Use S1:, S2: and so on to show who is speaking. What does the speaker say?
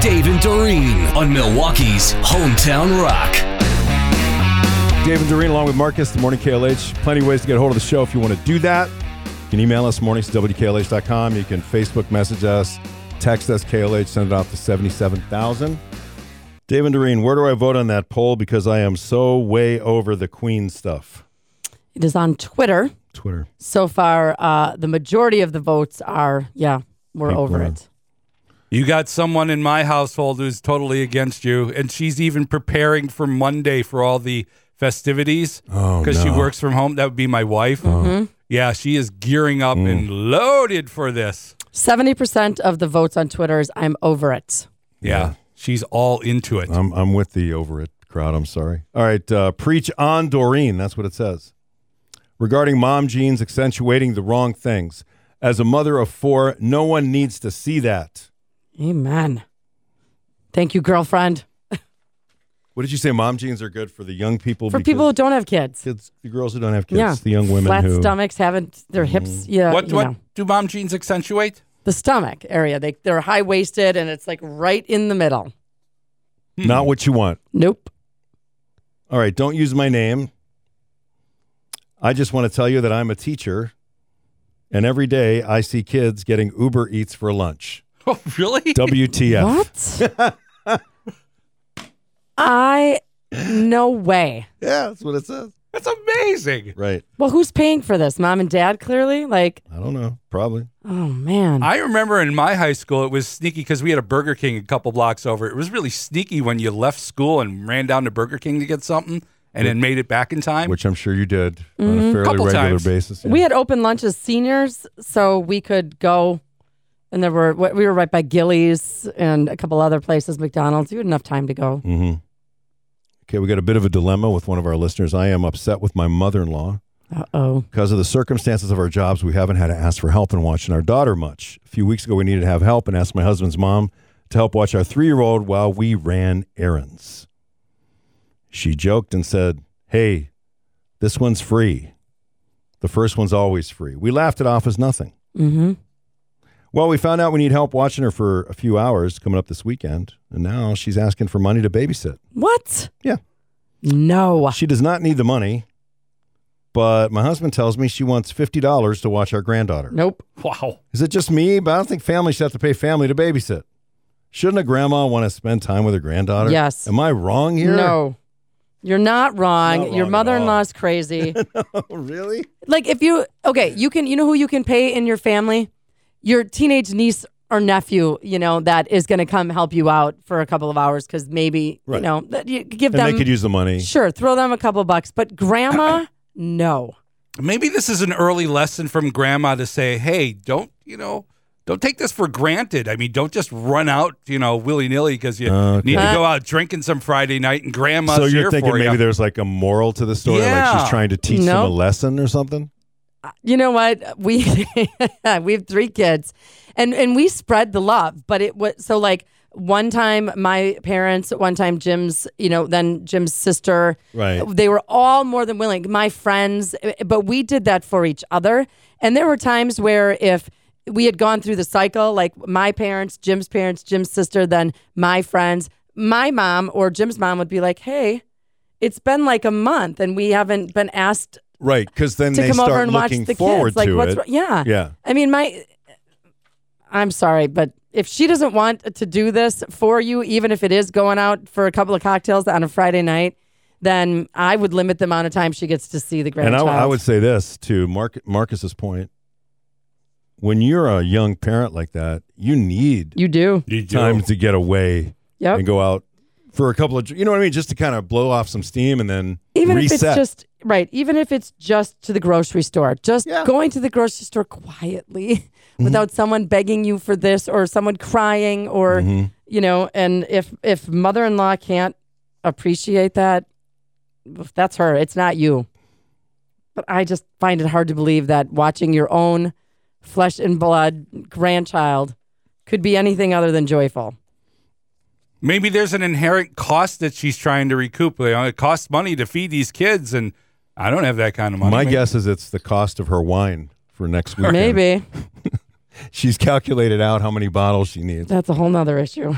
S1: Dave and Doreen on Milwaukee's Hometown Rock.
S2: Dave and Doreen, along with Marcus, the Morning KLH. Plenty of ways to get a hold of the show if you want to do that. You can email us, mornings at WKLH.com. You can Facebook message us, text us, KLH, send it off to 77,000. Dave and Doreen, where do I vote on that poll? Because I am so way over the Queen stuff.
S3: It is on Twitter.
S2: Twitter.
S3: So far, uh, the majority of the votes are, yeah, we're
S2: Think
S3: over
S2: we're-
S3: it.
S4: You got someone in my household who's totally against you, and she's even preparing for Monday for all the festivities
S2: Oh,
S4: because she
S2: no. Oh.
S4: works from home. That would be my wife. Yeah, she is gearing up and
S2: Mm.
S4: loaded for this.
S3: 70% of the votes on Twitter is I'm over it.
S4: Yeah,
S2: Yeah. Um,
S4: she's all into it.
S2: I'm, I'm with the over it crowd. I'm sorry. All right. Uh, preach on Doreen. That's what it says. Regarding mom jeans accentuating the wrong things. As a mother of four, no one needs to see that.
S3: Amen. Thank you, girlfriend.
S2: What did you say? Mom jeans are good for the young people.
S3: For
S2: because
S3: people who don't have kids.
S2: kids, the girls who don't have kids,
S3: yeah.
S2: the young women
S3: Flat
S2: who. Mm-hmm.
S3: stomachs, haven't their hips, Uh, yeah,
S4: what
S3: you
S4: what
S3: know.
S4: do mom jeans accentuate?
S3: The stomach area. They, they're high waisted and it's like right in the middle.
S2: Hmm. Not what you want.
S3: Nope.
S2: All right. Don't use my name. I just want to tell you that I'm a teacher, and every day I see kids getting Uber Eats for lunch.
S4: Oh, really?
S2: WTF?
S3: What? I, no way.
S2: Yeah, that's what it says.
S4: That's amazing.
S2: Right.
S3: Well, who's paying for this? Mom and dad, clearly? Like,
S2: I don't know. Probably.
S3: oh, man.
S4: I remember in my high school, it was sneaky because we had a Burger King a couple blocks over. It was really sneaky when you left school and ran down to Burger King to get something and then made it back in time.
S2: Which I'm sure you did on a fairly
S4: Couple
S2: regular
S4: times.
S2: basis. yeah.
S3: Mm-hmm. We had open lunch as seniors, so we could go, and there were we were right by Gillies and a couple other places, McDonald's. You had enough time to go.
S2: Mm-hmm. okay, we got a bit of a dilemma with one of our listeners. I am upset with my mother in law.
S3: Uh oh.
S2: Because of the circumstances of our jobs, we haven't had to ask for help in watching our daughter much. A few weeks ago, we needed to have help and asked my husband's mom to help watch our three year old while we ran errands. She joked and said, Hey, this one's free. The first one's always free. We laughed it off as nothing.
S3: Mm-hmm.
S2: Well, we found out we need help watching her for a few hours coming up this weekend, and now she's asking for money to babysit.
S3: What?
S2: Yeah.
S3: No.
S2: She does not need the money, but my husband tells me she wants $50 to watch our granddaughter.
S3: Nope.
S4: wow.
S2: Is it just me? But I don't think families should have to pay family to babysit. Shouldn't a grandma want to spend time with her granddaughter?
S3: Yes.
S2: Am I wrong here?
S3: No. You're not wrong.
S2: Not wrong
S3: Your
S2: at
S3: mother-in-law
S2: all.
S3: is crazy.
S2: Oh, really?
S3: like if you okay, you can you know who you can pay in your family? Your teenage niece or nephew, you know, that is going to come help you out for a couple of hours cuz maybe,
S2: Right.
S3: you know, that you give
S2: And
S3: them
S2: they could use the money.
S3: Sure, throw them a couple bucks, but grandma, no.
S4: Maybe this is an early lesson from grandma to say, hey, don't, you know, don't take this for granted. I mean, don't just run out, you know, willy nilly because you
S2: Okay.
S4: need to
S3: Huh?
S4: go out drinking some Friday night and grandma's
S2: so you're
S4: here
S2: thinking
S4: for
S2: maybe
S4: you.
S2: there's like a moral to the story, like she's
S4: Yeah.
S2: trying to teach them a
S3: Nope.
S2: lesson or something?
S3: You know what? We we have three kids, and and we spread the love. But it was so like one time my parents, one time Jim's, you know, then Jim's sister.
S2: Right.
S3: They were all more than willing. My friends, eh, but we did that for each other. And there were times where if we had gone through the cycle, like my parents, Jim's parents, Jim's sister, then my friends, my mom or Jim's mom would be like, "Hey, it's been like a month, and we haven't been asked."
S2: Right. Because then
S3: to
S2: they
S3: come
S2: start
S3: over and watch
S2: looking
S3: the
S2: forward
S3: kids. Like,
S2: to
S3: what's
S2: it.
S3: wrong- yeah.
S2: Yeah.
S3: I mean, my, I'm sorry, but if she doesn't want to do this for you, even if it is going out for a couple of cocktails on a Friday night, then I would limit the amount of time she gets to see the
S2: And I,
S3: grandchild.
S2: I would say this to Mark, Marcus's point. When you're a young parent like that, you need
S3: You do.
S2: time to get away
S3: Yep.
S2: and go out for a couple of, dr- you know what I mean? Just to kind of blow off some steam and then
S3: Even
S2: reset.
S3: if it's just right, even if it's just to the grocery store, just
S2: Yeah. Mm-hmm.
S3: going to the grocery store quietly without someone begging you for this or someone crying or
S2: Mm-hmm.
S3: you know, and if if mother-in-law can't appreciate that, that's her, it's not you. But I just find it hard to believe that watching your own flesh and blood grandchild could be anything other than joyful.
S4: maybe there's an inherent cost that she's trying to recoup. You know, it costs money to feed these kids, and I don't have that kind of money.
S2: My
S4: Maybe-
S2: guess is it's the cost of her wine for next weekend.
S3: Maybe
S2: She's calculated out how many bottles she needs.
S3: that's a whole nother issue.